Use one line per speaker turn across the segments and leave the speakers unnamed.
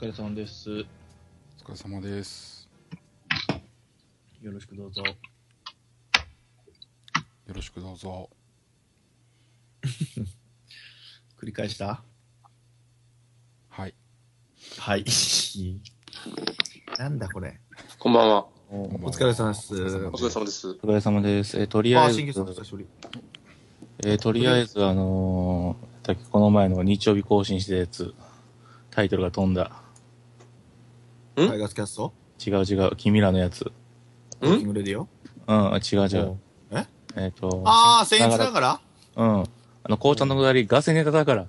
疲れさんです。よ
お疲れ様です。
ろしくどうぞ。
よろしくどうぞ。
繰り返した
はい。
はい。 なんだこれ。
こんばんは。
お
こんばん
お
は
疲れ様です。
お疲れ様です。
お疲れ様です。えーとり
あ
あ
あ、
え
新
ず
月、の久しぶり。
えーとりあえず、あのー、さっきこの前の日曜日更新したやつ、タイトルが飛んだ。
ん
タイガースキャスト
違う違う、君らのやつ。
ん
ブッキングレディオ
うん、違う違
お
う。
え
えっ、と、
ああ、僭越ながら
うん。あの、紅茶のくだり、ガセネタだ から。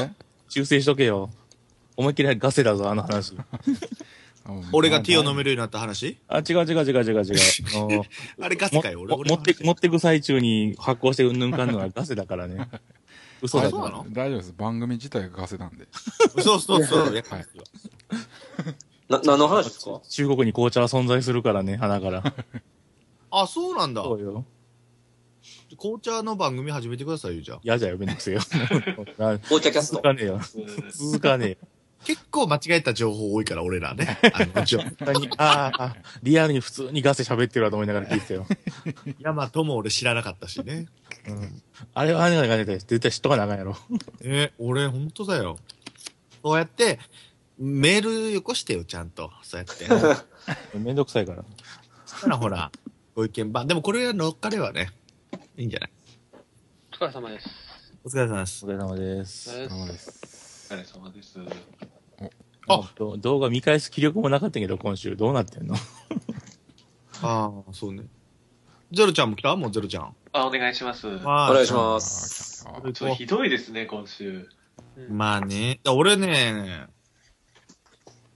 え
修正しとけよ。思いっきりガセだぞ、あの話。
俺がティーを飲め
る。
るようになった話
あ、違う違う違う違う違う。あ のー
あれガセ
も
かよ、俺。
も
俺
持って、持ってく最中に発行してうんぬんかんのはガセだから ね。嘘だ
大
か
丈
そ
ら
うな
夫
の
大丈夫です。番組自体がガセなんで。
そうそうそう。や
はい。
な、何の話ですか
中国に紅茶は存在するからね、鼻 から。
あ、そうなんだ。
そうよ。
紅茶の番組始めてくださいよ、じゃあ。
嫌じゃよ、めんどくせ えよ。
紅茶キャス
続
ト。
かねえよ。続かねえよ。
結構間違えた情報多いから、俺 らね。あの、一応。
本当にあーあ、リアルに普通にガセ喋ってるわと思いながら聞いてたよ。
ヤマトも俺知らなかったしね。
あれはあれがね、絶対知っとかなあかんやろ。
え、俺、ほんとだよ。そうやって、メールよこしてよ、ちゃんと。そうやって。
めんどくさいから。
そしたらほら、ご意見番。でもこれが乗っかればね、いいんじゃない
お疲れ様です。
お疲れ様です
お。疲れ様です。
お疲れ様で。
ですお疲れ様です。
あ
ど動画見返す気力もなかったけど、今週。どうなって んの
ああ、そうね。ゼロちゃんも来たもうゼロちゃん。
あ、お願いします。
ま
お願いし
あ
ま
ー
す。
来た来
ちょっとひどいですね、今週。
まあね。だ俺ね、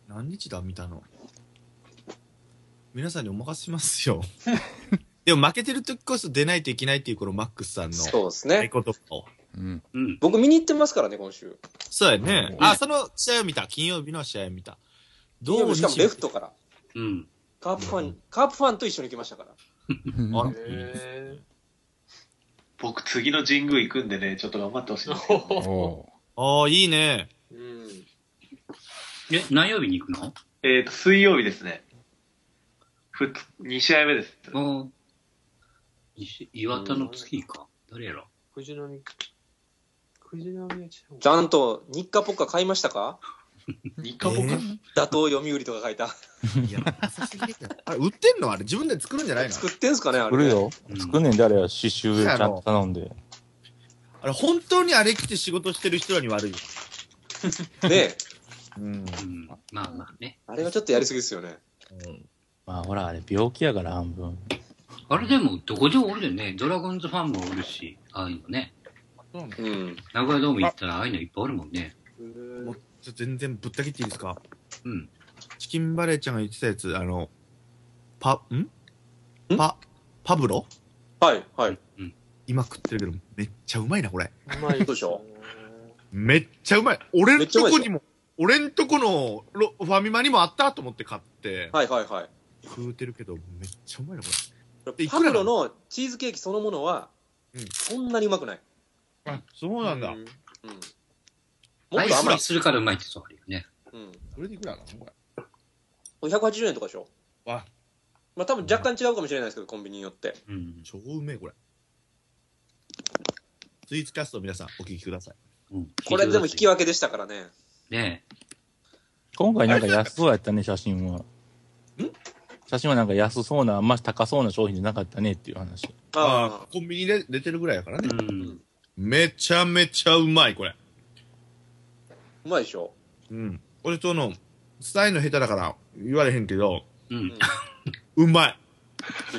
何日だ見たの。皆さんにお任せします よ。でも負けてる時こそ出ないといけないっていうこのマックスさんの
そうです
合言
ね。
葉を。
たうん。
うん僕見に行ってますからね、今週。
そうやね。あ、その試合を見た。金曜日の試合を見た。どうに
しかもレフトから。
うん。
カープファン、カープファンと一緒に来ましたから。
あら
へー僕、次の神宮行くんでね、ちょっと頑張ってほしいんですよね、
おう
ああ、いいね。
うん。
え、何曜日に行くの
えっと、水曜日ですね。ふつ、2試合目です。
ああ。岩田の月か。誰やろ
藤波、藤波は違う
ちゃんと、日課ポッカ買いましたか
日課僕
え
打倒読売とか 書いた。
いや、優しすぎるあれ、売ってんのあれ、自分で作るんじゃないの
作ってんすかね、あ
来
れね。
るよ。
うん
作んねんであれは刺繍ちゃんと頼んで。
あれ、本当にあれ来て仕事してる人らに悪いよ。
ねえ
うん。
うん。まあまあね。
あれはちょっとやりすぎですよね。
まあほら、あれ病気やから半分。
あれでも、どこでもおるよね。ドラゴンズファンもおるし、ああいうのね。
うん。
名古屋ドーム行ったらああいうのいっぱいおるもんね。
もうちょ全然ぶった切っていいですか
うん。
チキンバレーちゃんが言ってたやつ、あの、パ、んパ、パブロ
はい、はい。
今食ってるけど、めっちゃうまいな、これ。
まい
どうでしょ
めっちゃうまい。俺
め
ん
っちゃ
と
うまい
こ
で
に
し
も、俺んとこのロファミマにもあったと思って買って、
はい、はい、はい。
食うてるけど、めっちゃうまいな、こでい
パ
くら
ブ
な
ロ
の
のチーズケーキそのものは
うん、
そんなにうまくない。
れ。あ、そうなんだ
う。うん。もっ
アイ
と
ス
甘い
に。するからうまいってそうあるよね。
うん。
それでいくらなのこれ。
これ180円とかでしょ
わ
まあ多分若干違うかもしれないですけどコンビニによって
うん。
超うめえ、これ。スイーツキャスト皆さん、お聞きください。
うん、
これでも引き
は。
分けでしたからね
ね
今回なんか安そうやったね、写真は。写真はなんか安そうな、あんま高そうな商品じゃなかったねっていう話。
あ
あ
あ、コンビニで出てるぐらいやから
え。
ね。
うん。
めちゃめちゃうまい、これ。
うまいでしょ
うん。俺との、伝えの下手だから言われへんけど、
うん。
うまい。
で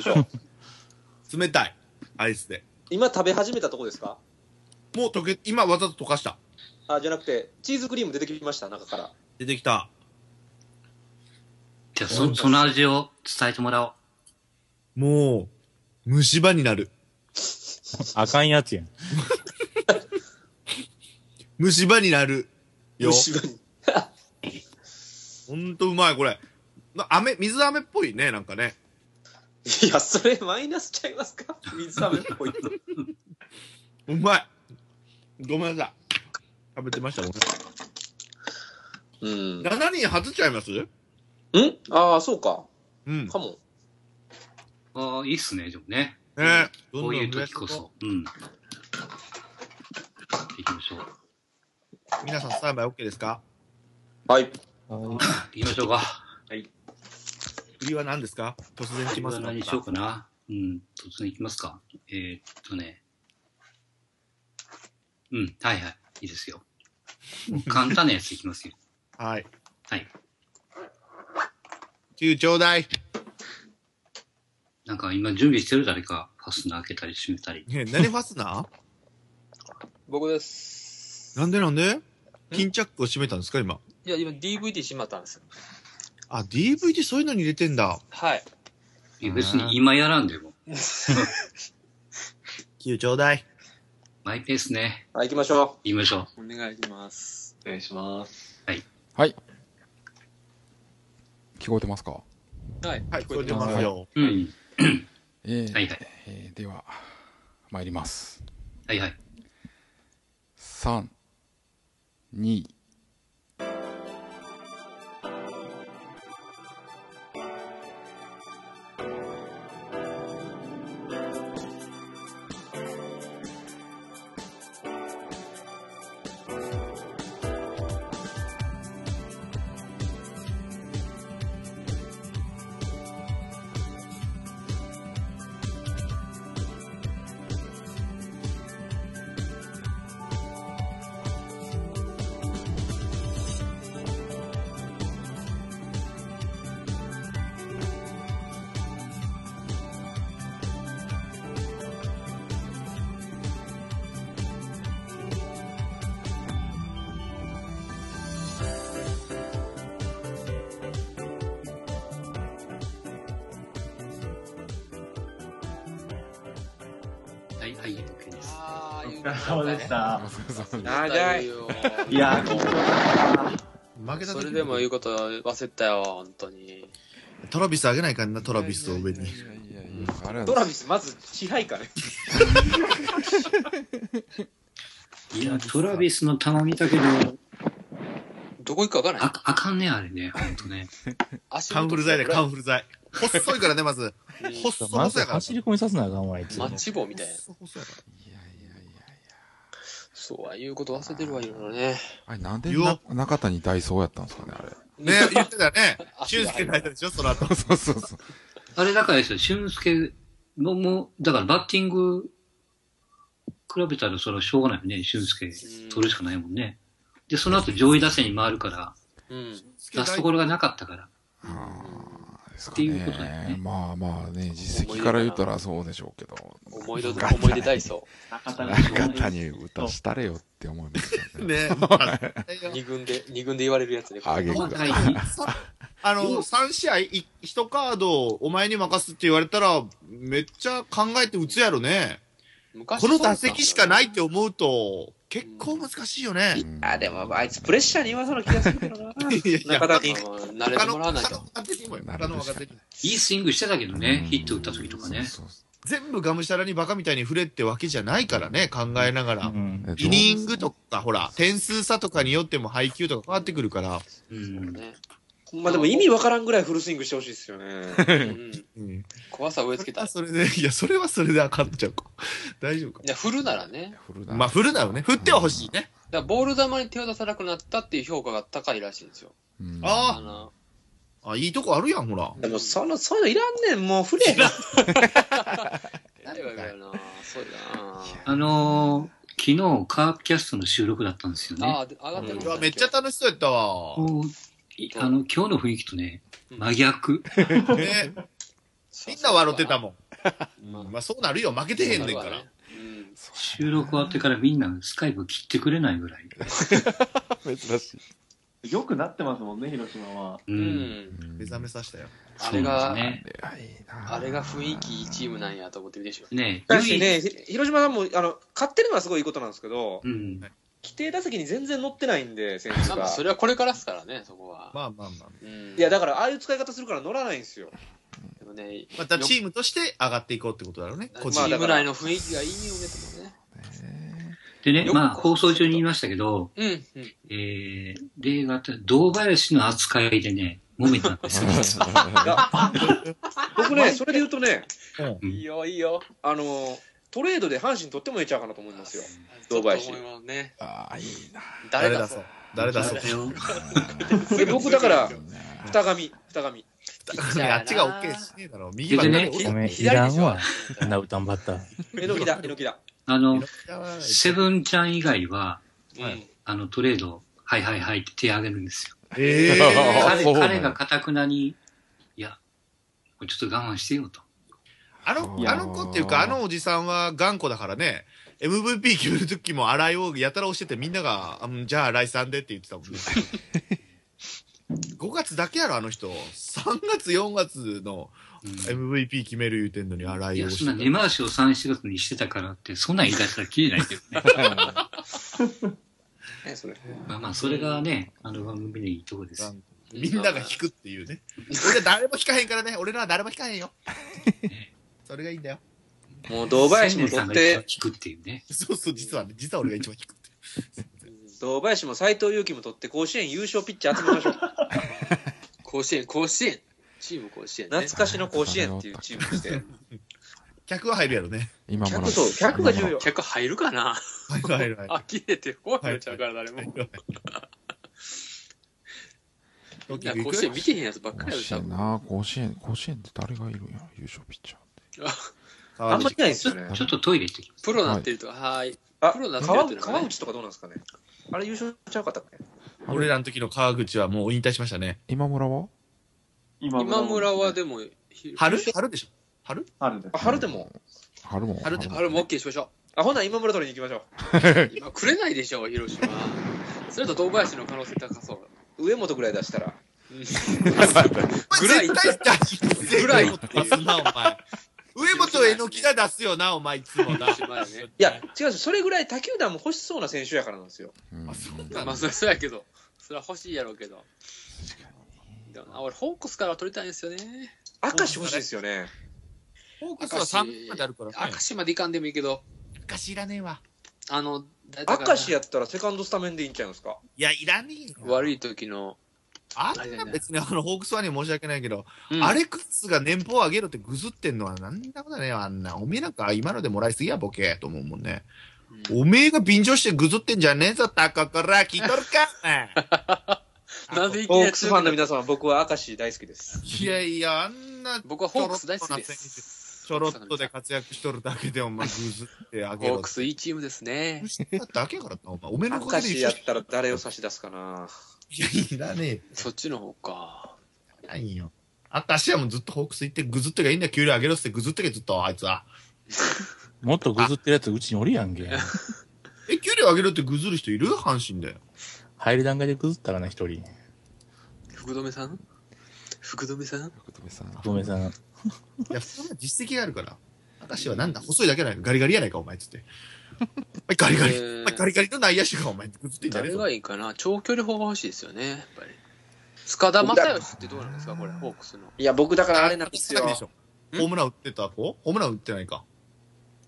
しょ
冷たい。アイスで。
今食べ始めたとこですか
もう溶け、今わざと溶かした。
あじゃなくてチーズクリーム出てきました中から
出てきた。
じゃあ、そ、その味を伝えてもらおう。
もう、虫歯になる。
あかんやつやん。
虫歯になる。よ。
虫歯に
ほんとうまい、これ。な飴、水飴っぽいね、なんかね。
いやそれマイナスちゃいま すか水飴っぽいと
うまい。ごめんなさい。食べてました、ごめんなさい。
うん。
7人外しちゃいますうん
ああ、そうか。。
ね
かも。
ああ、いいっすね、でもね。
どん
こ
ど
うんいう
増やし
時
ていこ
こ
う
そ。うん。行きましょう。
皆さんスタンバイ OK ですか
はい。
行きましょうか。
売りは何ですか突然来
今
ま
は
すか
何しようかな。うん、突然行きますか。えーっとね。うん、はいはい。いいですよ。もう簡単なやついきますよ。
はい。
はい。
中ちょうだい。
なんか今準備してる誰か、ファスナー開けたり閉めたり。
ねえ何ファスナ
僕です。
ー なんでなんで巾着を閉めたんですか今。
いや、今 DVD しまったんですよ。
あ、DVD そういうのに入れてんだ。
はい。
いや別に今やらんでも。
中ちょうだい。
マイペースね。
はい、行きましょ
言いましょう。
お願いします。
お願いします。
聞こえてますか
はい。
はい、これでますよ。
うん。
えー
はいはい。
えーでは、参ります。
はいはい。
3、2、
はいはい。OK です。
あー、言う
た。
あそうそうそう
長いよ。
いやー、
負けた
そ
時
れでも言うこと忘れたよ、本当に。
トラビスあげないかんな、トラビスを上に。
いやいやいやいやあれは
う。トラビス、まず、支配かね。
いや、トラビスの玉見たけど、
どこ行くかわからない
あ。あかんね、あれね。ほんとね。
足
カンフル剤で、カ
カン
ンフル剤。細いからね、まず。細細
ま
や
ず
から。
走り込みさせなあかんわ、あいつ
マ。ッチ棒みたいな。
細細やから。
いやいやいや
そうは言うこと忘れてるわ、言うのね。
あれ、なんで
言お
な
う
中谷ダイソーやったんですかね、あれ。
ね言ってたね。俊介の間でしょ、その後。
そうそうそう。
あれだからですよ、俊介も、もう、だからバッティング、比べたらそれはしょうがないよね、俊介取るしかないもんね。で、その後上位打線に回るから、
うん。
出すところがなかったから。
あーです
っ
か
ていうことだよ
ね
ね。
まあまあね、実績から言ったらそうでしょうけど。
思い出、思い出体操。
中田
中谷歌したれよって思いますよ ね。
ね
二軍で、二軍で言われるやつで。
あげ
細
く
かい
あの、3試合、い1カードをお前に任すって言われたら、めっちゃ考えて打つやろね。
昔
こ
そうだ
の
ったんだ
打席しかないって思うと、結構難しいよね。
あ、でも、あいつプレッシャーに言わそうな気がするけどな。
いやいや、
中田君、慣れてもらわない
他
と
の。若手にもよ
な
他
る
の
ほど
若手にも
いいスイングしてたけどね、ヒット打った時とかね。
そうそうそ
全部がむしゃらにバカみたいに振れってわけじゃないからね、考えながら。
うん
う。え
イニングとか、ほら、点数差とかによっても配球とか変わってくるから、
うん。
ね
まあでも意味わからんぐらいフルスイングしてほしいですよね。
うん
うん。
怖さ植え
そ
付
れ
けた。
はいそれで、いや、それはそれであかんのちゃうか。大丈夫か。
いや、振るならね。
振るな
まあ、振るだろうね。振ってはほしいね。
だからボール球に手を出さなくなったっていう評価が高いらしいんですよ。
うん
あ
あの、
あ、いいとこあるやん、ほら。
でも、その、そういうのいらんねん、もう、振れ。
誰が言うよな。そうだな。
あのー昨日カープキャストの収録だったんですよね。
ああ、で上がってる
うわめっちゃ楽しそうやったわ。
こういあの、今日の雰囲気とね、真逆。
ね、みんな笑ってた
ん。
もん。うんまあ、そうなるよ。負けてへんねんか
そうだ
ら
ね。うん
収録終わってからみんなスカイプ切ってくれないぐらい。
珍しい。
よくなってますもんね、広島は。
う
う。
んん。
うん
目覚めさせたよ。
あ
そう
れ
な
が、
んですね。
いやいいな
あれが雰囲気いいチームなんやと思って見てしまう。
ね
だしね、ひ広島さんも、あの、勝ってるのはすごいいいことなんですけど、
唯一うん。
規定打席に全然乗ってないんで、選手
まあま
が
あ、。それはこれからですからね、そこは。
まあまあまあ。
うん
いや、だから、ああいう使い方するから乗らないんですよ。
でもね、
またチームとして上がっていこうってことだろうね。
チ
個人
まあだ
ー
か
ム
ら
内の雰囲気がいいよね、ともね。
ね
でね、
よく
まあ、放送中に言いましたけど、
うん、 うん。
えー、例があった、堂林の扱いでね、揉めたんですよ。
僕ね、それで言うとね、
うん
いいよ、いいよ。あのー、トレードで阪神取ってもいいちゃうかなと思いますよ。ドバイシ
ちょっと思いますね
ああ、いいな。
誰だそう。
誰だそう。
え 僕だから、二神、二 神。
あっちが OK しねえだろ。右
で
はね、
ね
ごめん、い
左
ら
で
ん
しょ
わ。そんな歌んばった。
えのきだ、えのきだ。
あの、セ
セブン。
ブンちゃん以外は、
うん。
あの、トレード、はいはいはいって手挙げるんですよ。
え
あ
ー
彼
そうなんや
彼がかたくなに、いや、これちょっと我慢してよと。
あの、あの子っていうか、あのおじさんは頑固だからね、MVP 決めるときも荒井をやたら押してて、みんなが、うんじゃあ荒井さんでって言ってたもんね。5月だけやろ、あの人。3月、4月の
うん
MVP 決める言うてんのに荒
い
井を
や、
押
そんな
して
根
た。
回しを3、4月にしてたからって、そんなん言い出したら切れないけどね。
ね、それ。
まあまあ、それがね、あの番組のいいとこですよ。
みんなが引くっていうね。俺ら誰も引かへんからね。俺らは誰も引かへんよ。それがいいんだよ。
もう、堂林も
千年さ
取
ん
っ
が一番聞
て、
くっていうね。
そうそう、実はね、実は俺が一番引くって。
堂林も斎藤佑樹も取って、甲子園優勝ピッチャー集めま しょう。
甲子園、甲子園。チーム甲子園ね
懐。かしの甲子園っていうチームにして。
客は入るやろね。
今村
客そう、客が重要。
客入るかな
入る入る入る。
あ、切れて怖くなっちゃうから誰も。
ロ
い
ケ
や、
行
甲
く
子園見てへんやつばっか
甲
りやで
子
しょ
園。な、甲子園、甲子園って誰がいるんや、優勝ピッチャーって。
あ
あんまりないですよね。
ちょっとトイレ行ってきます。
プロになってるとか、はーい。
あ、
プロになってるっていうのがね
川内とかどうなんですかね。あれ優勝ちゃうかったっけ
俺らの時の川口はもう引退しましたね。
今村は
今
今村は
で
でも、ひ
春春でしょ春
春です
あ、春でも。
春も。
春って
春も OK しましょ
あ、ほな、今村取りに行きましょ
う。今、くれないでしょ、広島。それと堂林の可能性高そう。
う。上本ぐらい出したら。
ぐらいぐ
ぐらい
出すな、お前。上本えのきが出すよな、お前、いつもな。
島やね。
いや、違うそれぐらい他球団も欲しそうな選手やからなんですよ。
うん
あそうな
まあ、そりゃそうやけど。それは欲しいやろうけど。でもな俺、ホークスからは取りたいんですよね。
明石欲しいですよね。
フォークスは3まであるからね。
明石までいかんでもいいけど、
明石いらねえわ。
あの、だだから
明石やったらセカンドスタメンでいいんちゃうんですか
いや、いらねえよ。
悪い時の、
あんな別にあの、ホークスファンには申し訳ないけど、
うん
アレクスが年俸上げろってぐずってんのはなんだことねえわ、あんな。おめえなんか今のでもらいすぎや、ボケ、と思うもんね。おめえが便乗してぐずってんじゃねえぞ、タカから聞いとるか、お前
なんでいき
ホ
な
ー
り
クスファン
強
の
く
皆様、僕は明石大好きです。
いやいや、あんな
僕はホークス大好きです。
ちょろっとで活躍しとるだけで、お前、ぐずってあ
ホ
げろ
ークスいいチームですね。
だけやからな、お前。おめえのお
明
かげで
石やったら誰を差し出すかない
や、いらね
そっちの方か。
え。ないよ。あたしはもうずっとホークス行って、ぐずっとがいいんだよ、給料上げろっつって、ぐずっとけ、ずっと、あいつは。
もっとぐずってるやつうちにおるやんけ。
え、給料上げろってぐずる人いる阪神 で。
入る段階でぐずったかな、一人。
福留さん福留さん
福留さん。
ごめんさん。
いや、そんな実績があるから。あたしはなんだ、細いだけやないか、ガリガリやないか、お前、つって。お前ガリガリ、
え
お
ー
前ガリガリの内野手が、お前、ぐずってんじゃねえ
誰
ぞ
が。いいかな長距離砲が欲しいですよね、やっぱり。塚田正義ってどうなんですかこれ、ホークスの。
いや、僕だからあれなんですよ
で。しょホームラン打ってた子ホームラン打ってないか。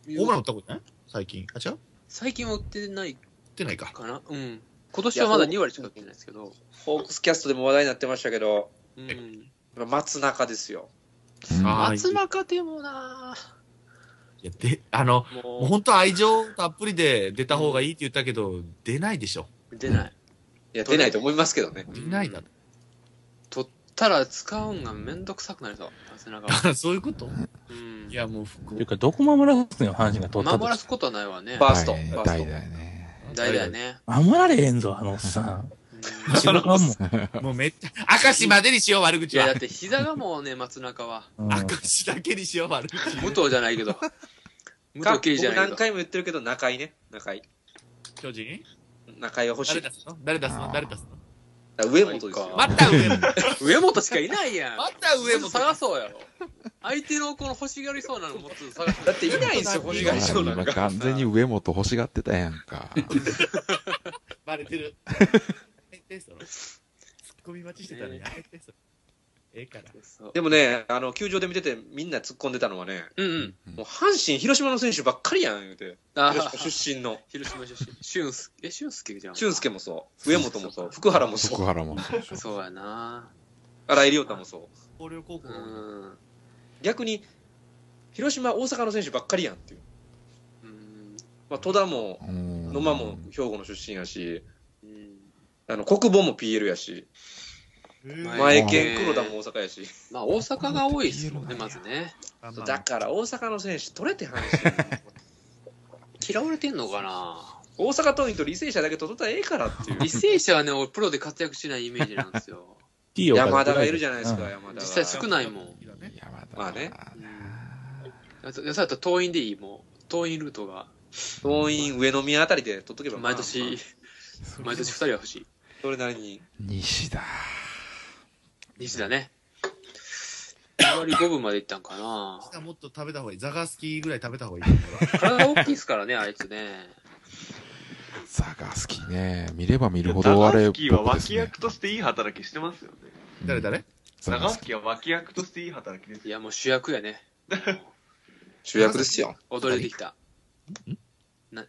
ホームラン打ったことない最近。あ、違う打っ
最近は売ってない
てないか。
かなうん。今年はまだ2割しか売ってないですけど。
ホークスキャストでも話題になってましたけど、
うん。
松中ですよ。
あー
松中でもない
や、で、あの、もう
も
本当愛情たっぷりで出た方がいいって言ったけど、出ないでしょ。
う、出ない。
いや、出ないと思いますけどね。
出ないだろ。
取ったら使うんがめんどくさくなりそう、松中
だ
は。
から そういうこと
うん
い。や、もう
と
福
いうか、どこ守らすのよ、阪神が取った
守
と
ら。すことはないわね。
バースト
代、
バー
代
スト。
だよね。
大だよね。
守られへんぞ、あのおっ さん。
うん
仕事はも
もうめっちゃ、明石までにしよう、悪
い
口
や、だ
は
っ。て膝がもうね、松中は。
う。うん
明石だけにしよう、悪口。
武藤じゃないけど。武
か
藤
僕
敬司じゃないけ
何
ど。
回も言ってるけど、中井ね。中井。
巨人
中井は欲し
誰
い。だ
出すの誰出すの誰出すの
から上本ですよ。
また上 も。
上本しかいないやん。
また上
も
も。
探そうやろ。相手のこの欲しがりそうなのもっと探
だっていないんですよ、欲しがりそうなの
今
が。
完全に上本欲しがってたやんか。
バレてる。やめてそれツッコミ待ちしてたのにやめてそれええから。
そう
でもね、あの、球場で見ててみんな突っ込んでたのはね、
うんうん。
もう阪神、広島の選手ばっかりやん、言うて。
あ
広
あ、
島出身の。
広島出身。俊介、え、俊介じゃん。
俊介もそう。上本もそう。福原もそ
福
う。
原もそうでしょ
そうやな
荒井亮太もそう。
広陵高校
う。ん。
逆に、広島、大阪の選手ばっかりやんっていう。
うん。
まあ、戸田も、
うん
野間も兵庫の出身やし、
うん
あの国母も PL やし、前県黒田も大阪やし、
まあ、大阪が多いですもんね、まずね。
そうだから大阪の選手取れて阪神
嫌われてんのかな
大阪桐蔭と履正社だけ取ったらええからっていう
履正社はね、俺、プロで活躍しないイメージなんですよ。
T を
山田がいるじゃないですか、山田が
実際少ないもん。
山田
まあね
あと、そうやったら党員でいい、もう。党員ルートが、
桐蔭上宮あたりで取っとけばまあ
毎年、毎年二人は欲しい。
それなりに
西田
西田ね。2割5分までいったんかな
明日もっと食べた方がいい。ザガスキーぐらい食べた方がいい。ほら
体大きいですからね、あいつね。
ザガスキね見れば見るほどあれ
スキーは
僕です
脇
ね
役としていい働きしてますよね。
誰誰
ザ
長
ガス
スキーは脇役としていい働きです
い。や、もう主役やね。
主役ですよ。
踊れてきた。な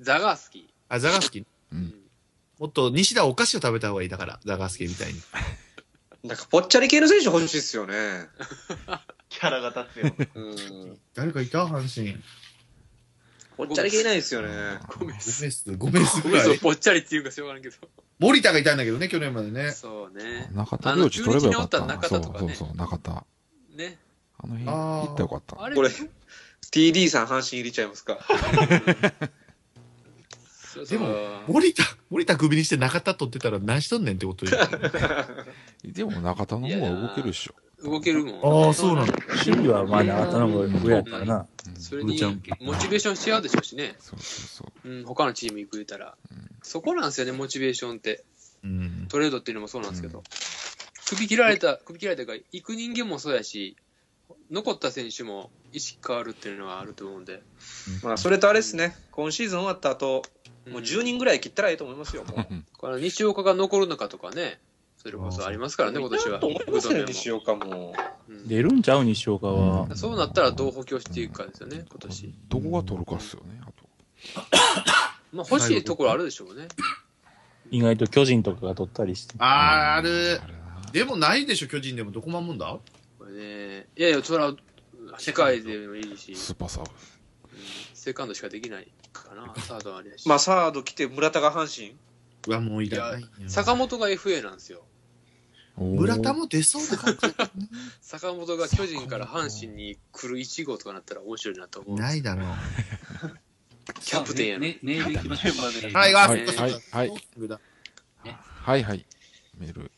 ザガースキ
あ、ザガスキー。
うん
もっと西田お菓子を食べた方がいい。だから、ザガスキーみたいに。
なんかぽっちゃり系の選手欲しいっすよね。
キャラが立つよ。
うん。
誰かいた阪神。
ぽっちゃり系いないですよね。
ー。ごめん
5ベース、5ベース
ご
ぐ
めん
ら
そう、
い。
ぽっちゃりっていうかしょうがないけど。
森田がいたんだけどね、去年までね。
そうね。
中田領事取ればよかった
あの
な
中日
そ
に
う
おった中田とか
そ
ね
うそう中田
ね。
あの辺
あー
行ったらよかった
あれ
これ TD さん阪神入れちゃいますか。
そうそ
で
う
も森田、森田首にして中田取ってたら何しとんねんってことよ。
でも中田の方が動けるっしょ
動けるもん。
ああ、そうなんだ。
守備はまあな、頭が上やからな。
うん
そ
そう
れに、モチベーションし合うでしょうしね。
そうそう
うん、他のチーム行く言うたら。そこなんですよね、モチベーションって。
うん。
トレードっていうのもそうなんですけど。首切られた、首切られたから、行く人間もそうやし、残った選手も意識変わるっていうのはあると思うんで。
まあそれとあれですね、今シーズン終わった後、もう10
人
人ぐらい切ったらいいと思いますよ、もう。
これ西岡が残るのかとかね、それこそありますからね、今年
な
は。
んと思いますよ、西
岡。
岡も。
うん
出るんちゃう西岡は。
そうなったらどう補強していくかですよね、今年。
どこが取るかっすよねあと
まあ欲しいところあるでしょうね。
意外と巨人とかが取ったりして。
ああ、ある
あ。れな
でもないでしょ、巨人でも。どこ守んだ
これね、いやいや、それは世界でもいいし、
スーパーサブ
セカンドしかできないかな、サードはあれやし。
まあサード来て村田が阪神。
うわ、もういらないよ。
坂本が FA なんですよ。
村田も出そうだから
坂本が巨人から阪神に来る1号とかなったら面白いなと思う。
ないだろう。
キャプテンやな
ね、メール行きましょう。
はい、
は
ガ
いはいはいはいはいメール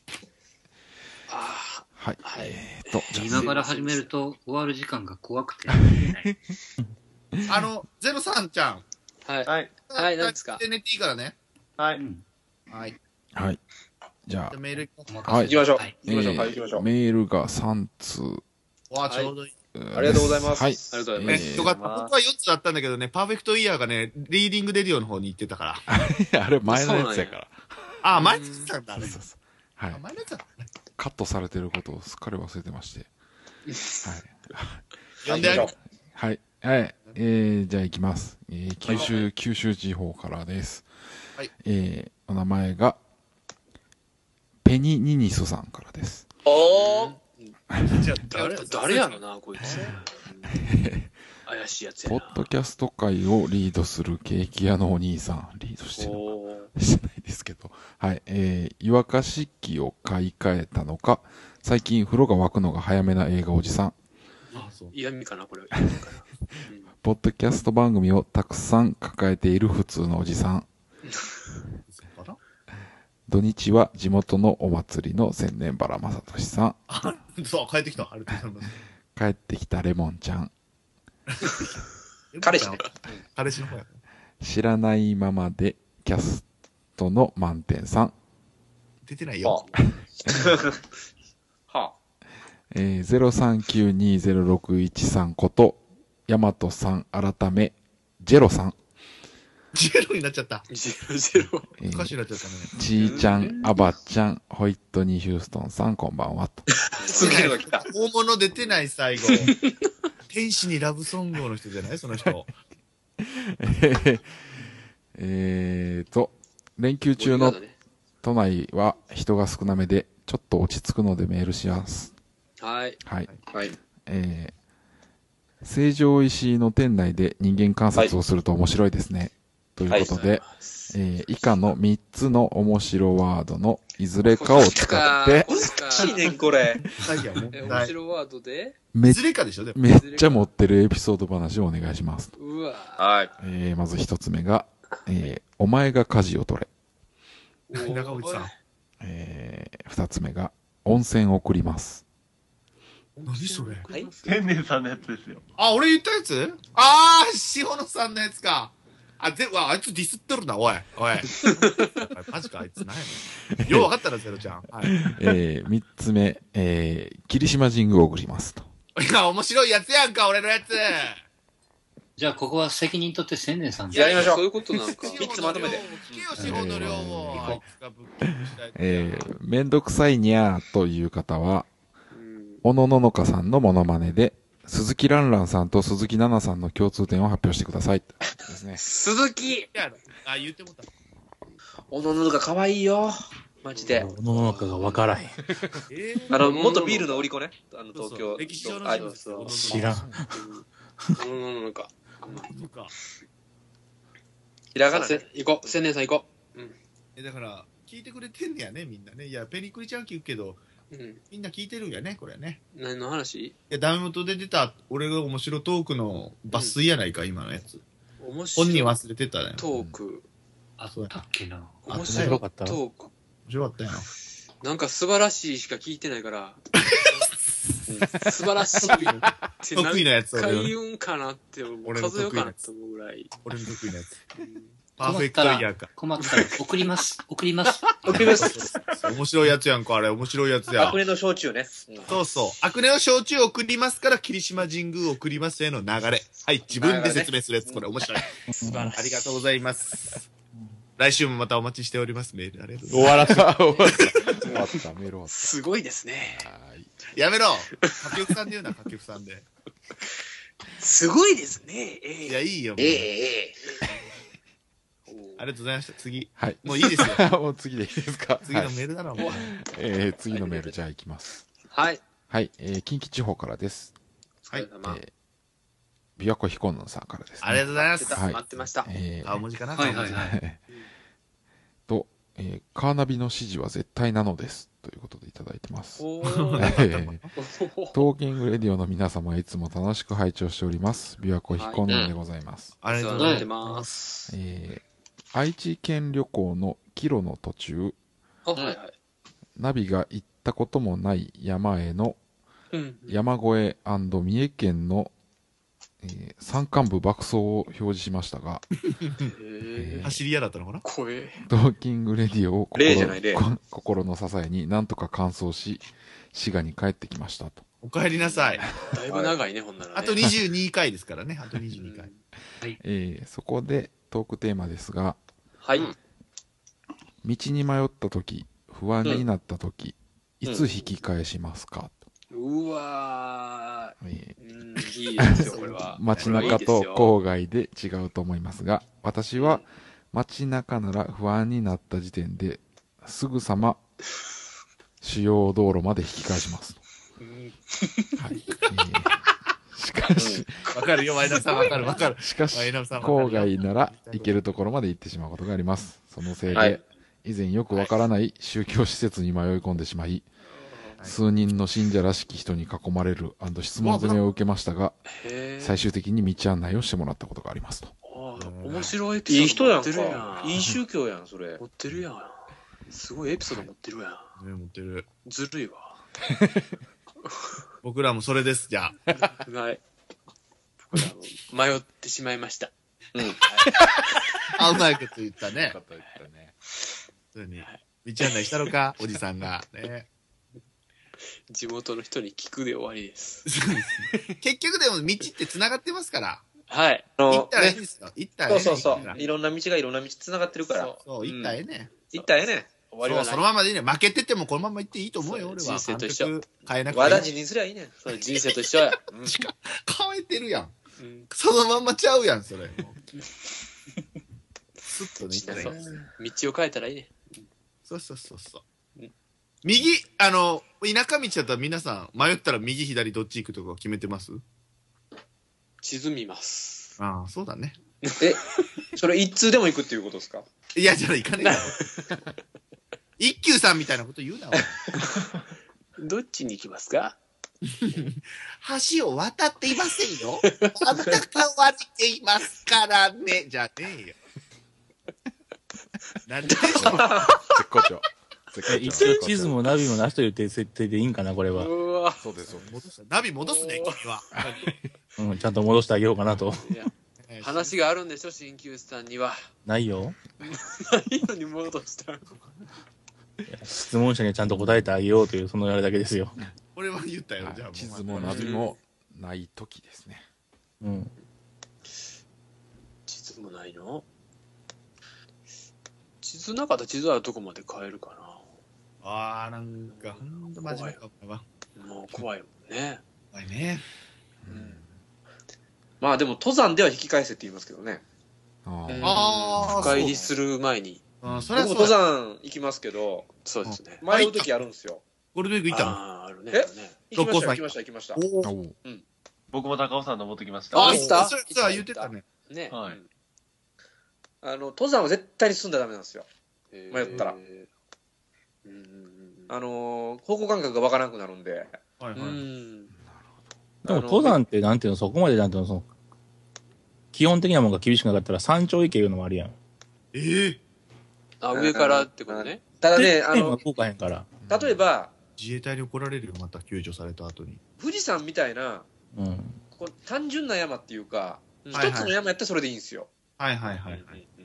あ
はい
あ、はい。
えーっとじゃ
今から始めると終わる時間が怖くて。
あの、ゼロさんちゃん。
はい。
はい。
はい何ですか
寝ていいからね。
は
う
い。
ん
はい。
あはいじゃ
じゃあ
あ
メール。
行きましょう。
はい
行きましょう。
えー
はい、行きましょう。
メールが3通
わあ、ちょうどいい。
ありがとうございます。
はい
ありがとうございます。
え
ね、よかった。僕は4つだったんだけどね、パーフェクトイヤーがね、リーディングレディオの方に行ってたから。
あれ前のやつやから
あ、前のやつだったんだ、あれ。
は
あ
い
前のやつだった。
カットされてることをすっかり忘れてまして
呼んであげて。
はい。はい。えー、じゃあ行きます。えー、九州、九州地方からです。
はい。
えー、お名前が、ペニニニスさんからです。
おー
誰誰やろな、こいつ。怪しいやつ
ポ
や
ッ
な。
ドキャスト界をリードするケーキ屋のお兄さん。リードしてるの
おー
かしてないですけど。はい。えー、湯沸かし器を買い替えたのか、最近風呂が沸くのが早めな映画おじさん。
あそう
嫌味かな、 これ。嫌味かな
ポッドキャスト番組をたくさん抱えている普通のおじさん。
そうかな
土日は地元のお祭りの千年原正俊さん。
そう、帰ってきた。ありがとうございます。
帰ってきたレモンちゃん。
彼氏ね
彼氏の方や。
知らないままでキャストの満点さん。
出てないよ。
は
えー、03920613こと、ヤマトさん改め、ジェロさん。
ジェロになっちゃった。
ゼロゼロ。
え
おか
ー
しいなっちゃったね。
ちーちゃん、あばちゃん、ホイットニー・ヒューストンさん、こんばんは。 と
すげえの来た。
大物出てない、最 後。天使にラブソングをの人じゃないその 人。
えーと、連休中の都内は人が少なめで、ちょっと落ち着くのでメールします。
はい。
はい。
はい。
えー成城石井の店内で人間観察をすると面白いですね。ということで、えー以下の3つの面白ワードのいずれかを使って、
難
しいね ん、これ。
はいや、も
え、
う
面
い。い
白ワードで
め
ずれかでしょ、でも。
めっちゃ持ってるエピソード話をお願いします。
うわ
はい。
えーまず1つ目が、えーお前が舵を取れ。
お
長渕さん。
え2つ目が、温泉を送ります。
何それ
はい。
天然さんのやつですよ。
あ、俺言ったやつあー、しほのさんのやつか。あ、で、わ、あいつディスっとるな、おい。お い。おいマジか、あいつ何やねん。よう分かったな、ゼロちゃん。はい。
え3つ目、えー霧島神宮を送りますと。
いや、面白いやつやんか、俺のやつ。
じゃあ、ここは責任取って千年さん
い
で。
やりましょう
そういうことなん か。
いつまとめて
聞けよ、志保の量を。あいつがぶっ潰したやつやん
えーめんどくさいにゃーという方は、
うん
おのののかさんのモノマネで、鈴木蘭蘭さんと鈴木奈々さんの共通点を発表してください。ですね。
鈴木、
あ、言ってもった。
おのののか可愛いよ。マジで。
世の中がわからへん。
え
あの、元ビールの売り子ね。あの、東京。
歴史上の
あ
人
りま
物
すよ
だ
知らん。
うんうんうんなんか。
そうか
ひらが
か
な
せ
ね。
行こう。千年さん行こ
えだから聞いてくれてんねやねみんなねいやペリクリちゃん聞くけど
う。うん。
みんな聞いてるんやねこれね
何の話
いやダメ元で出た俺が面白トークの抜粋やないか、今のやつ
面白
本人
い
忘れてたね面
トーク。
あったっけな。
あ
面
面
白い
白
ト
かった。
ーク。
白かったよ
なんか素晴らしいしか聞いてない から。うん素晴らしいって
得意なやつ
何
俺の
回言うんかなって思う
俺の
数えよう
得意なや
かな
つ
と思うぐらい。
俺の得意なやつ
うん
パーフェクトイヤーか
困ったら、送ります。 送ります。
送ります。
面白いやつやんかあれ面白いやつや
悪霊の焼酎ね。うん
そうそうアクネの焼酎送りますから霧島神宮送りますへの流れはい自分で説明するやつこれ面白い
素晴らしい。
ありがとうございます来週もまたお待ちしておりますメールありがとうございます
終わらす。
終わった、メール終わっ
すごいですね。
た。はい。
やめろ掛布さんで言うな、掛布さんで。
すごいですね。え
いや、いいよ。もう
えええ
ありがとうございました。次。
はい。
もういいですよ。
もう次でいいですか
次の
はい
メールだろ、もう。
えー次のメール、じゃあ行きます。
はい。
はい。えー近畿地方からです。
はい
お疲れ様
え琵琶湖彦ンさんからです、ね。
ありがとうございま
待って
す。
た
はい
待ってました。
えー
顔文字かな
はい
顔
はい
文
はい。
と、えーカーナビの指示は絶対なのです。ということでいただいてます。
おー
えートーキングレディオの皆様いつも楽しく拝聴しております。琵琶湖彦ンでございます。
ありがとうご
お
ざ
世話に
い
な
ま
っ
す
て。ます。
えー愛知県旅行の帰路の途中、
あ、はいはい。
ナビが行ったこともない山への
うん。
山越え三重県の、えー山間部爆走を表示しましたが、
え
えー
走り屋だったのかな
怖え。
トーキングレディオを
霊
心
じゃない霊
こ心の支えになんとか完走し、滋賀に帰ってきましたと。
お帰りなさい。
だいぶ長いね、ほんならね。
あと22回ですからね。あと
う
22
ん
回。
えーそこでトークテーマですが、
はい。
道に迷った時、不安になった時、いつ引き返しますか、
うわ
とえー。
ー。うん、いいですよ、これ は
街中と郊外で違うと思いますが、私は街中なら不安になった時点で、すぐさま、主要道路まで引き返します。はい。えーしかし、
わかるよ、ワイナ さん。わかるわかる。
しかし、
ワイナさんわ
郊
かる
外
よ。
なら行けるところまで行ってしまうことがあります。そのせい
はい
で、以前よくわからない宗教施設に迷い込んでしまい、数人の信者らしき人に囲まれる質問攻めを受けましたが、
へー
最終的に道案内をしてもらったことがありますと。
あー面白いエピ
いい
ソ
人
ード持
やん
ってるや
か。
ん。
いい宗教やん、それ
持。ってるやん。すごいエピソード持ってるやん。
ね持ってる。
ずるいわ。
僕らもそれです、じゃあ。
ない。僕らも迷ってしまいました。
あ、うまいこと言ったね。そうね。道案内したのか、おじさんが。ね。
地元の人に聞くで終わりです。
結局でも道って繋がってますから。
はい。
あ
行
の
ったらいい
ね
ですよ。行ったら
そ
え
う
えね
そうそ
行ったら
う。いろんな道がいろんな道繋がってるから
そ。
そう、行ったらええね。
行ったらええねん。
終わ
そ
り
う
は
その
ない。
ままでいいね。負けててもこのまま行っていいと思うよ、
そう
俺は。
人生と一緒
監督変えなく
わ
てい
だ
い。
じにすりゃいいねん。
そう人生と一緒や。
変えてるやん。
うん
そのまんまちゃうやん、そ れ。スッとね、行ったらいい
そう道を変えたらいいね。。
そうそうそうそううん右、あの、田舎道だったら皆さん、迷ったら右左どっち行くとか決めてます
沈みます。
ああ、そうだね。
それ一通でも行くっていうことですか
いや、じゃあ行かねえよ。一休さんみたいなこと言うな、お前
どっちに行きますか
橋を渡っていませんよ。あなたが歩いていますからね。じゃねえ よ。なんで
絶好調。絶好調
一応地図もナビもなしという設定でいいんかな、これ
う
は。
わ。
そうです、そうです。
ナビ戻すね、君は。
うん、ちゃんと戻してあげようかなと。
いや話があるんでしょ、鍼灸師さんには。
ないよ。
ないのに戻した。
質問者にはちゃんと答えてあげようという、そのあれだけですよ。
俺は言ったよ、じゃ
はい
あも。
う地図もナビもない時ですね。
うん。
地図もないの地図なかったら地図あるとこまで変えるか
ああ、なんか、ほんと真面目か。お前は
な。もう怖いもんね。
お前ね。
まあでも登山では引き返せって言いますけどね。
あー
あ
深入りする前に。
あ、それは
僕も
そう
登
だ。
山行きますけど、
そうですね。
迷う時あるんですよ。
ゴールデンウィーク行ったの
ああー、あるね。
え
あるね
行きました、
六甲
行きました、行きました。
おー
おう
僕も高尾山登ってきました。
あ
あ、
行った
そうそう、言ってたね。
ね。
はい
うんあの、登山は絶対に住んだらダメなんですよ。迷ったら
へーうんうん
あのー、方向感覚がわからなくなるんで。
はい
うん。う
はい。
ん。
でも
あの
登山ってなんていうの、そこまでなんていうの、その、基本的なものが厳しくなかったら山頂行けいうのもあるやん。
ええ、
あ、上からってことね。
ただね、あ
今は
の、
こうかへんから。
例えば、
自衛隊に怒られるよ、また救助された後に。
富士山みたいな、
うん。
こう単純な山っていうか、
うん
一つの山やってそれでいいんですよ。
はいはいはい。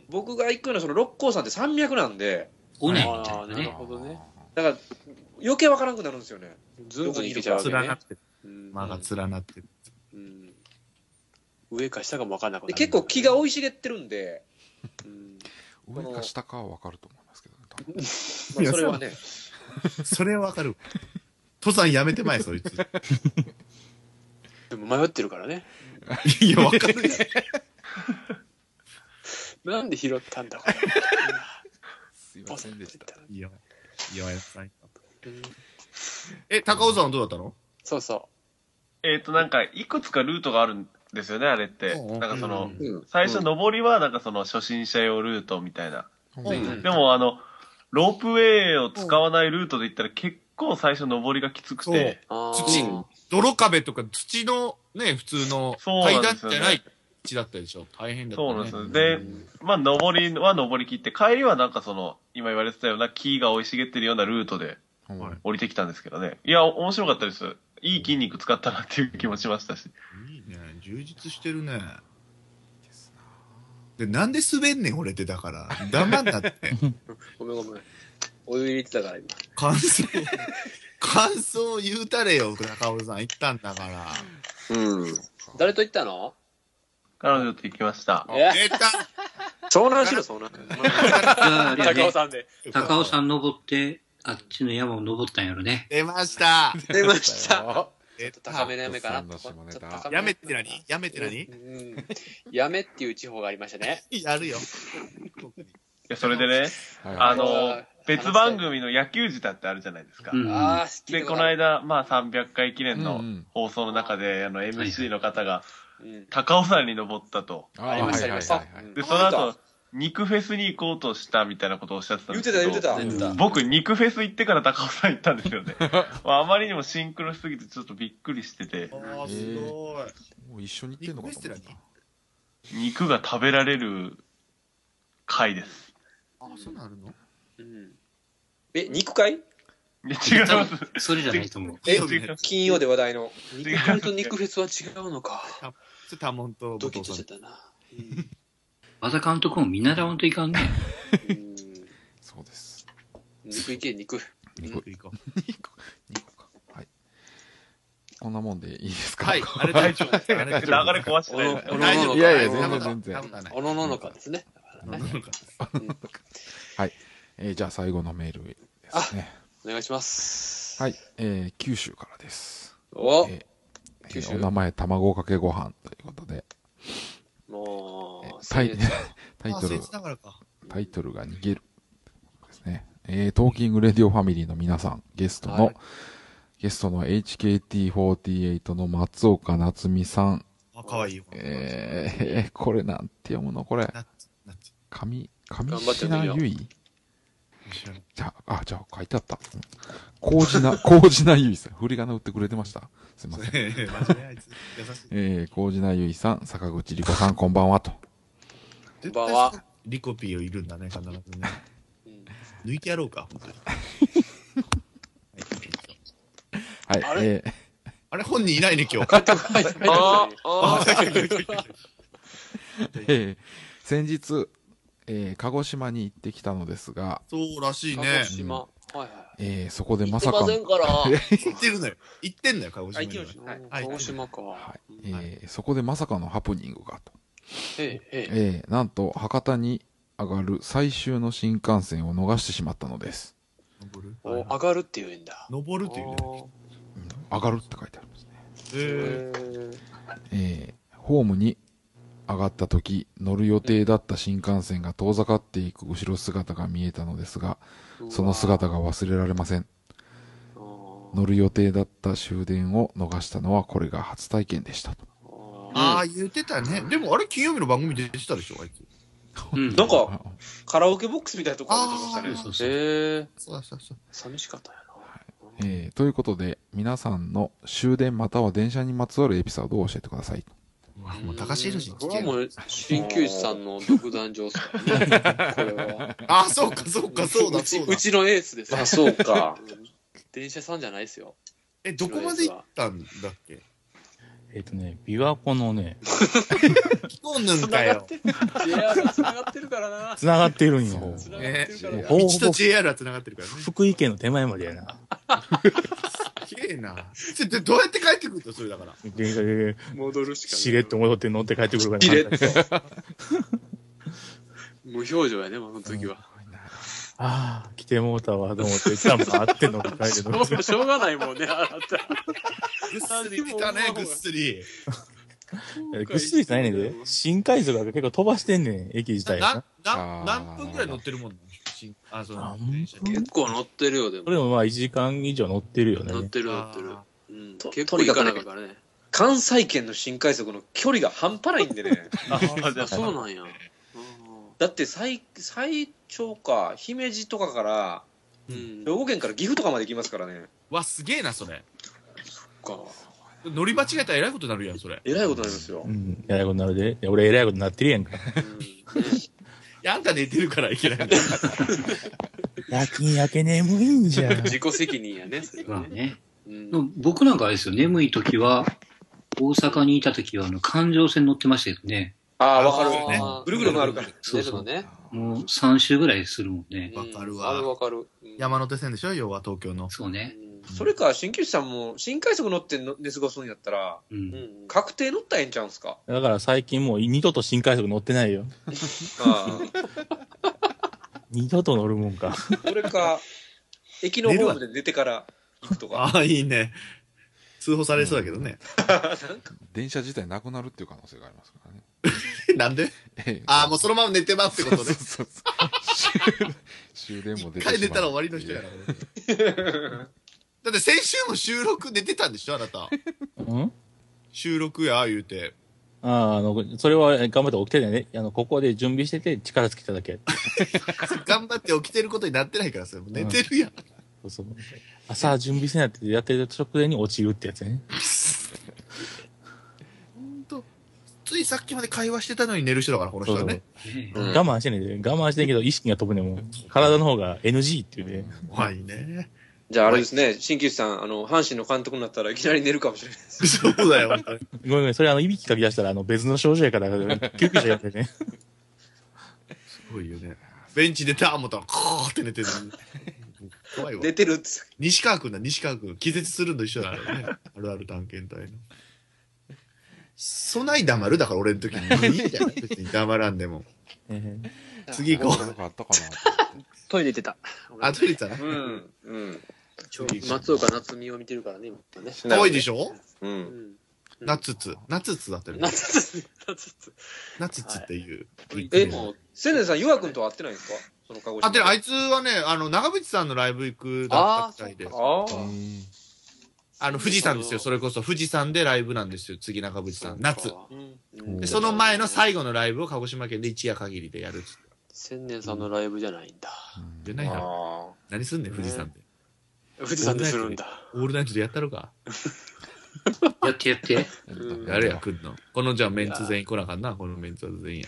僕が行くのはその六甲山って300なんで、
おねみ
あ
たい
あ、な
な
る
ね。
ほどね。
だから余計わからなくなるんですよね。
ずんずん行けちゃうわけ
連な
ね
っ。てる。
うん
間が連なってる。
うん上か下かも分かんなくな
で
る。
結構木が生い茂ってるんで、
うん
上か下かは分かると思いますけどね多分。
まあ、それはね、
それはわかる。登山やめてまえ、そいつ。
でも迷ってるからね。
いや、わかるやん。
なんで拾ったんだこれ
すいませんでした。
いや、いや、やさい。え、高尾山はどうだったの
そうそ
えっ、と、なんか、いくつかルートがあるんですよね、あれって。なんかその、
うん
最初、上りは、なんかその、初心者用ルートみたいな。
うん
うん
でも、あの、ロープウェイを使わないルートで行ったら、結構最初、上りがきつくて。
う。あー
土泥壁とか土のね、普通の
そうな
階
んで
段
すよね
じゃない道だったでしょ。大変だった、ね。
そうなんですよ。で、まあ、上りは上り切って、帰りはなんかその、今言われてたような木が生い茂ってるようなルートで
うん
はい
降りてきたんですけどね。いや、面白かったです。いい筋肉使ったなっていう気もしましたし。
いいね。充実してるね。で、なんで滑んねん、俺って、だから。黙んなって。
ごめんごめん。お湯入れてたから今。
感想、感想言うたれよ、高尾さん。言ったんだから。
誰と行ったの
彼女と行きました。
え
出た
遭難しろ、遭難。
じゃあ、あれや
高尾
ね、
さんで。
高尾山登って、あっちの山を登ったんやろね。
出ました
出ました。
出た
高めのやめかな。
ちょっと高めのやめ
やめって何やめって何
うんやめっていう地方がありましたね。
やるよ。
いやそれでね、
は
あ
い。
の、別番組の野球時だってあるじゃないですか
う。ん。
ああ、好き
で、この間、まあ、300回記念の
うんうん
放送の中で、あの、MC の方が、
うん
高尾山に登ったと。
あー
あ
はい
りました、
は
あり
い
ま
は
し
い
た
は。い。
で、その後、肉フェスに行こうとしたみたいなことをおっしゃってたん
言
で
っ
す
て
け
た、
ど。
言ってた。
言ってた
僕、肉フェス行ってから 高尾さん行ったんですよね。まあ、あまりにもシンクロしすぎてちょっとびっくりしてて、
ああ、すごい。
もう一緒に行ってんのかと思っ
リクエスト
た
や。
肉が食べられる回です。
あ、そうなるの
うん
え、肉会
いや違います。
それじゃないと思う。
え
違う
金曜で話題 の。
違い
肉フ
ま
ェ
す
スと肉フェスは違うのか。
ちょ多聞と
ド
武
キッ
藤
と
さ
し
ん。
てたな。
和田監督も見習わんといかんね。
うん
そうです。
肉行け、肉。
肉
行こ
2個か。はい。こんなもんでいいですか
はい、あれ大丈夫。あれ大
流
丈夫
れ壊して
お
ない
大丈
です
のおのののか
夫。
いやいや
多分
全然
多分ない
おのののかですね。
えーじゃあ最後のメールですね。
お願いします。
はい、えー九州からです。
お
えー
九州
えーお名前、卵かけご飯ということで、
も
え
う、
ータイ タイ
あ、
トル
僭、越ながらか。
タイトルが逃げる。ですね。えートーキングレディオファミリーの皆さん、ゲストの、
はい
ゲストの HKT48 の松岡夏美さん、
あ、可愛いよ。
えー これなんて読むのこれ。
なっちなっち
上、
張
上
って
品
みよう
ゆい
知らん
じゃあ、あ、じゃあ書いてあった。うん麹 な、麹なゆいさん。振り仮名打ってくれてました。すいません。
真面目あいつ。優しい。
えー、麹名ゆいさん、坂口莉子さん、こんばんはと。
絶
こんば
対
んは
リコピーをいるんだね、必ずね。
うん
抜いてやろうか、本当に。はい
はい
あ、れ
えー、
あれ、本人いないね、今日。
監督入ってない
あーあ
あ
ー、
えー 先日、えー鹿児島に行ってきたのですが、
そうらしい
鹿
ね
児。島。はいは
えー、そこで
い。
まさか
行ってませんから。
行ってるのよ。行ってんのよ、鹿児島
あ、行
に
き
は
ま。しょう
はい
鹿児島か。
はいえーそこでまさかのハプニングがと。
ええ、ええ。
えー、なんと、博多に上がる最終の新幹線を逃してしまったのです。
登る
お、上がるって言うんだ。
登るっていうね。
うん上がるって書いてありますね。
え
へー
えーホームに上がった時、乗る予定だった新幹線が遠ざかっていく後ろ姿が見えたのですが、その姿が忘れられません。
うわー
乗る予定だった終電を逃したのはこれが初体験でしたと。
ああ、言ってたね。でも、あれ、金曜日の番組出てたでしょ、あいつ。
うん。
なんか、
あ
カラオケボックスみたいなとこ出てました
そう
ね。
そうそう。
へえ、
そうそうそう。
寂しかったんやな。
えーということで、皆さんの終電または電車にまつわるエピソードを教えてください。
もう、高橋宏
これはもう、鍼灸師さんの独壇場っ すからね。これは。
ああ、そうか、そうか、そうだ、
うち
そう
う
だ。
ちのエースです。
あ、そうか。
うん電車さんじゃないですよ。
え、どこまで行ったんだっけ
えっ、とね、琵琶湖のね、
聞こんぬんかよ。
JR は繋がってるからな。
繋がってるんよ。
そう
繋がってるからな。
ほ
道
ぼ
と JR は繋がってるからね。
福井県の手前までやな。
すげえな。それでどうやって帰ってくるとそれだから。
でで
戻るしかない。
しれっと戻って乗って帰ってくるから。
しれっと。 無表情やね、もうその時は。
ああ、来てもうたわ、と思って、いつもあって乗って帰ってく
も
る。
うしょうがないもんね、あなた。
ぐっすり来たね、ぐっすり。
ぐっすりじゃないねんで。新快速が結構飛ばしてんねん、駅自体が
な
な。、
な、何分ぐらい乗ってるもんなの新あ、その、電車に。
結構乗ってるよ、で
それ
も。
もまあ1時間以上乗ってるよ
乗っ
ね。
てる、乗ってる
あ。
うん
と
結構行かなかったからね。
関西圏の新快速の距離が半端ないんでね。
あじゃ
あ、
あ
そうなんや。
だって最、最長か、姫路とかから、
うん。
兵庫県から岐阜とかまで行きますからね。
ーわ、すげえな、それ。
か。
乗り間違えたらえらいことになるやん、それ。
えらいことになりますよ
う。ん、偉いことになるで。いや俺偉いことになってるやんか。
いや、あんた寝てるからいけないんだよ。
夜勤明け眠いんじゃ ん。
自己責任やね、それは
まあ
ね。
ね。
うん
でも僕なんかあれですよ、眠い時は、大阪にいた時は、あの、環状線乗ってましたけどね。
ああ、わかる。
ね
ぐるぐる回るから。
そうそう
出るのね。
もう3週ぐらいするもんね。
わかるわ
うんあれわかる。うん
山手線でしょ要は東京の。
そうね。
それか、鍼灸師さんも、新快速乗っての寝過ごすんやったら、
う。
うんん。
確定乗ったらええんちゃうんすか
だから最近もう二度と新快速乗ってないよ。
ああ。
二度と乗るもん か。
それか、駅のホームで寝てから行くとか。
ああ、いいね。通報されそうだけどね。
電車自体なくなるっていう可能性がありますからね。
なんで
えー
ああ、もうそのまま寝てますってことね。
そうそうそう終終電も出て
一
しまう
回寝たら終わりの人やな。だって先週も収録寝てたんでしょあなた。
うん
収録や、言うて。
ああ、あの、それは頑張って起きてないね。あの、ここで準備してて力尽きただけ。
頑張って起きてることになってないから、それもう寝てるやん。
そうそう朝準備せなってやってる直前に落ちるってやつね。
本当ついさっきまで会話してたのに寝る人だから、この人はね。
ね
うん
我慢してねんで我慢してんけど意識が飛ぶねんもん。体の方が NG っていうね。
怖いね。
じゃああれですね、鍼灸師さん、あの、阪神の監督になったらいきなり寝るかもしれないです。
そうだよ、本当に。
ごめんごめん、それあの、いびきかき出したらあの、別の症状やから、救急車やってね。
すごいよね。ベンチ出た思ったら、カーって寝てる。怖いわ
出。てるってさ
西川君だ、西川君。気絶するの一緒だからね。 あるある探検隊の。そない黙るだから俺の時に。いいじゃん。別に黙らんでも。
ええ
次行こう。
なんかあったかな
トイレ出た。
あ、トイレ行った
うんうん
ちょ松岡夏美を見てるからね、今ね。
な。遠いでしょ
う
うんん。
ナツツ。ナツツだったよね。
夏夏
ナツツっていう。
え千年さん、ユア君とは会ってないんですかその鹿児島
あ、てあいつはね、あの、長渕さんのライブ行くだったみたいで。
あ
う
ー
ん
あの、富士山ですよ。それこそ富士山でライブなんですよ。次長渕さん。夏。
うん
うん
で、その前の最後のライブを鹿児島県で一夜限りでやるっつって。
千年さんのライブじゃないんだ。
でないな。
あ
何すんねん、富士山で。
富士山でするんだ。
オールナイトでやったろか。
やってやって。
うん
誰や、くんの。このじゃあメンツ全員来なかんな。このメンツは全員や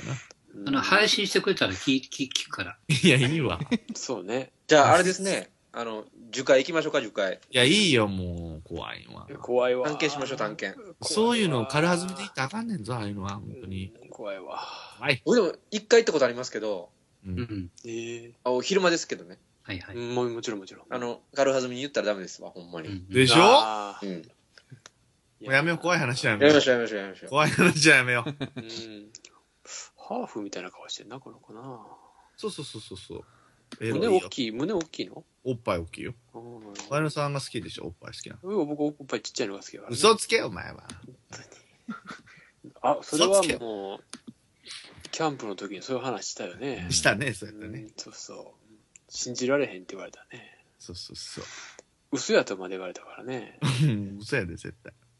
な。
あの、配信してくれたら聞い聞聞くから。
いや、いいわ。
そうね。
じゃあ、あれですね。あの、樹海行きましょうか、樹海。
いや、いいよ、もう。怖いわ。
怖いわ
探検しましょう、探検。
そういうのを軽はずみで言ったらあかんねんぞ、ああいうのは。本当に。
怖いわ。
はい。
僕でも、一回行ったことありますけど、
う。
うんん。
え
あお昼間ですけどね。
はいは
え
い。
もうもちろんもちろん。
あの、軽はずみに言ったらダメですわ、ほんま
う
に。
ん
でしょも
あー
うん。
うやめよう、怖い話や
や
め
め
よ
ま
う。
しょう、やめましょう、やめましょう。
怖い話はやめよう。
うんハーフみたいな顔してんな、この子な。
そうそうそうそうそう。エ
胸
ロい
大
よ。
きい、胸大きいの
おっぱい大きいよ。
うん
前野さんが好きでしょ、おっぱい好きなの。
うん僕、おっぱいちっちゃいのが好きだからね。
嘘つけよ、お前は。
あ、それ
嘘
は
つけよ
もう、キャンプの時にそういう話したよね。
したね、そうやった
う
ね
ん。そうそう。信じられへんって言われたね。
そうそうそう。
嘘やとまで言われたか らね。
うん嘘やで、絶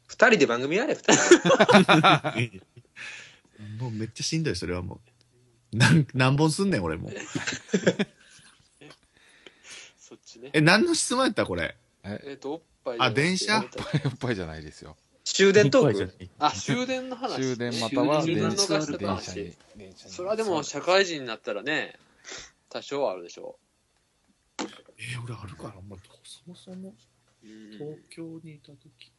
二人で番組やれ、二人。
対。もうめっちゃしんどい、それはもう。なん何本すんねん、俺もう。
そっちね。
え、何の質問やった、これ。
えっ、と、おっぱい。
あ電車
やっぱりじゃないですよ。
終電ト
怖
ー
いじゃな
ク。
い
あ、終電の 話。
終電または
終
電
電
電
の
車
逃
に
し
電
方
車に。
それはでも、社会人になったらね、多少はあるでしょ
えー俺あるから、まあ、そもそも
う。うん、
京にいた時。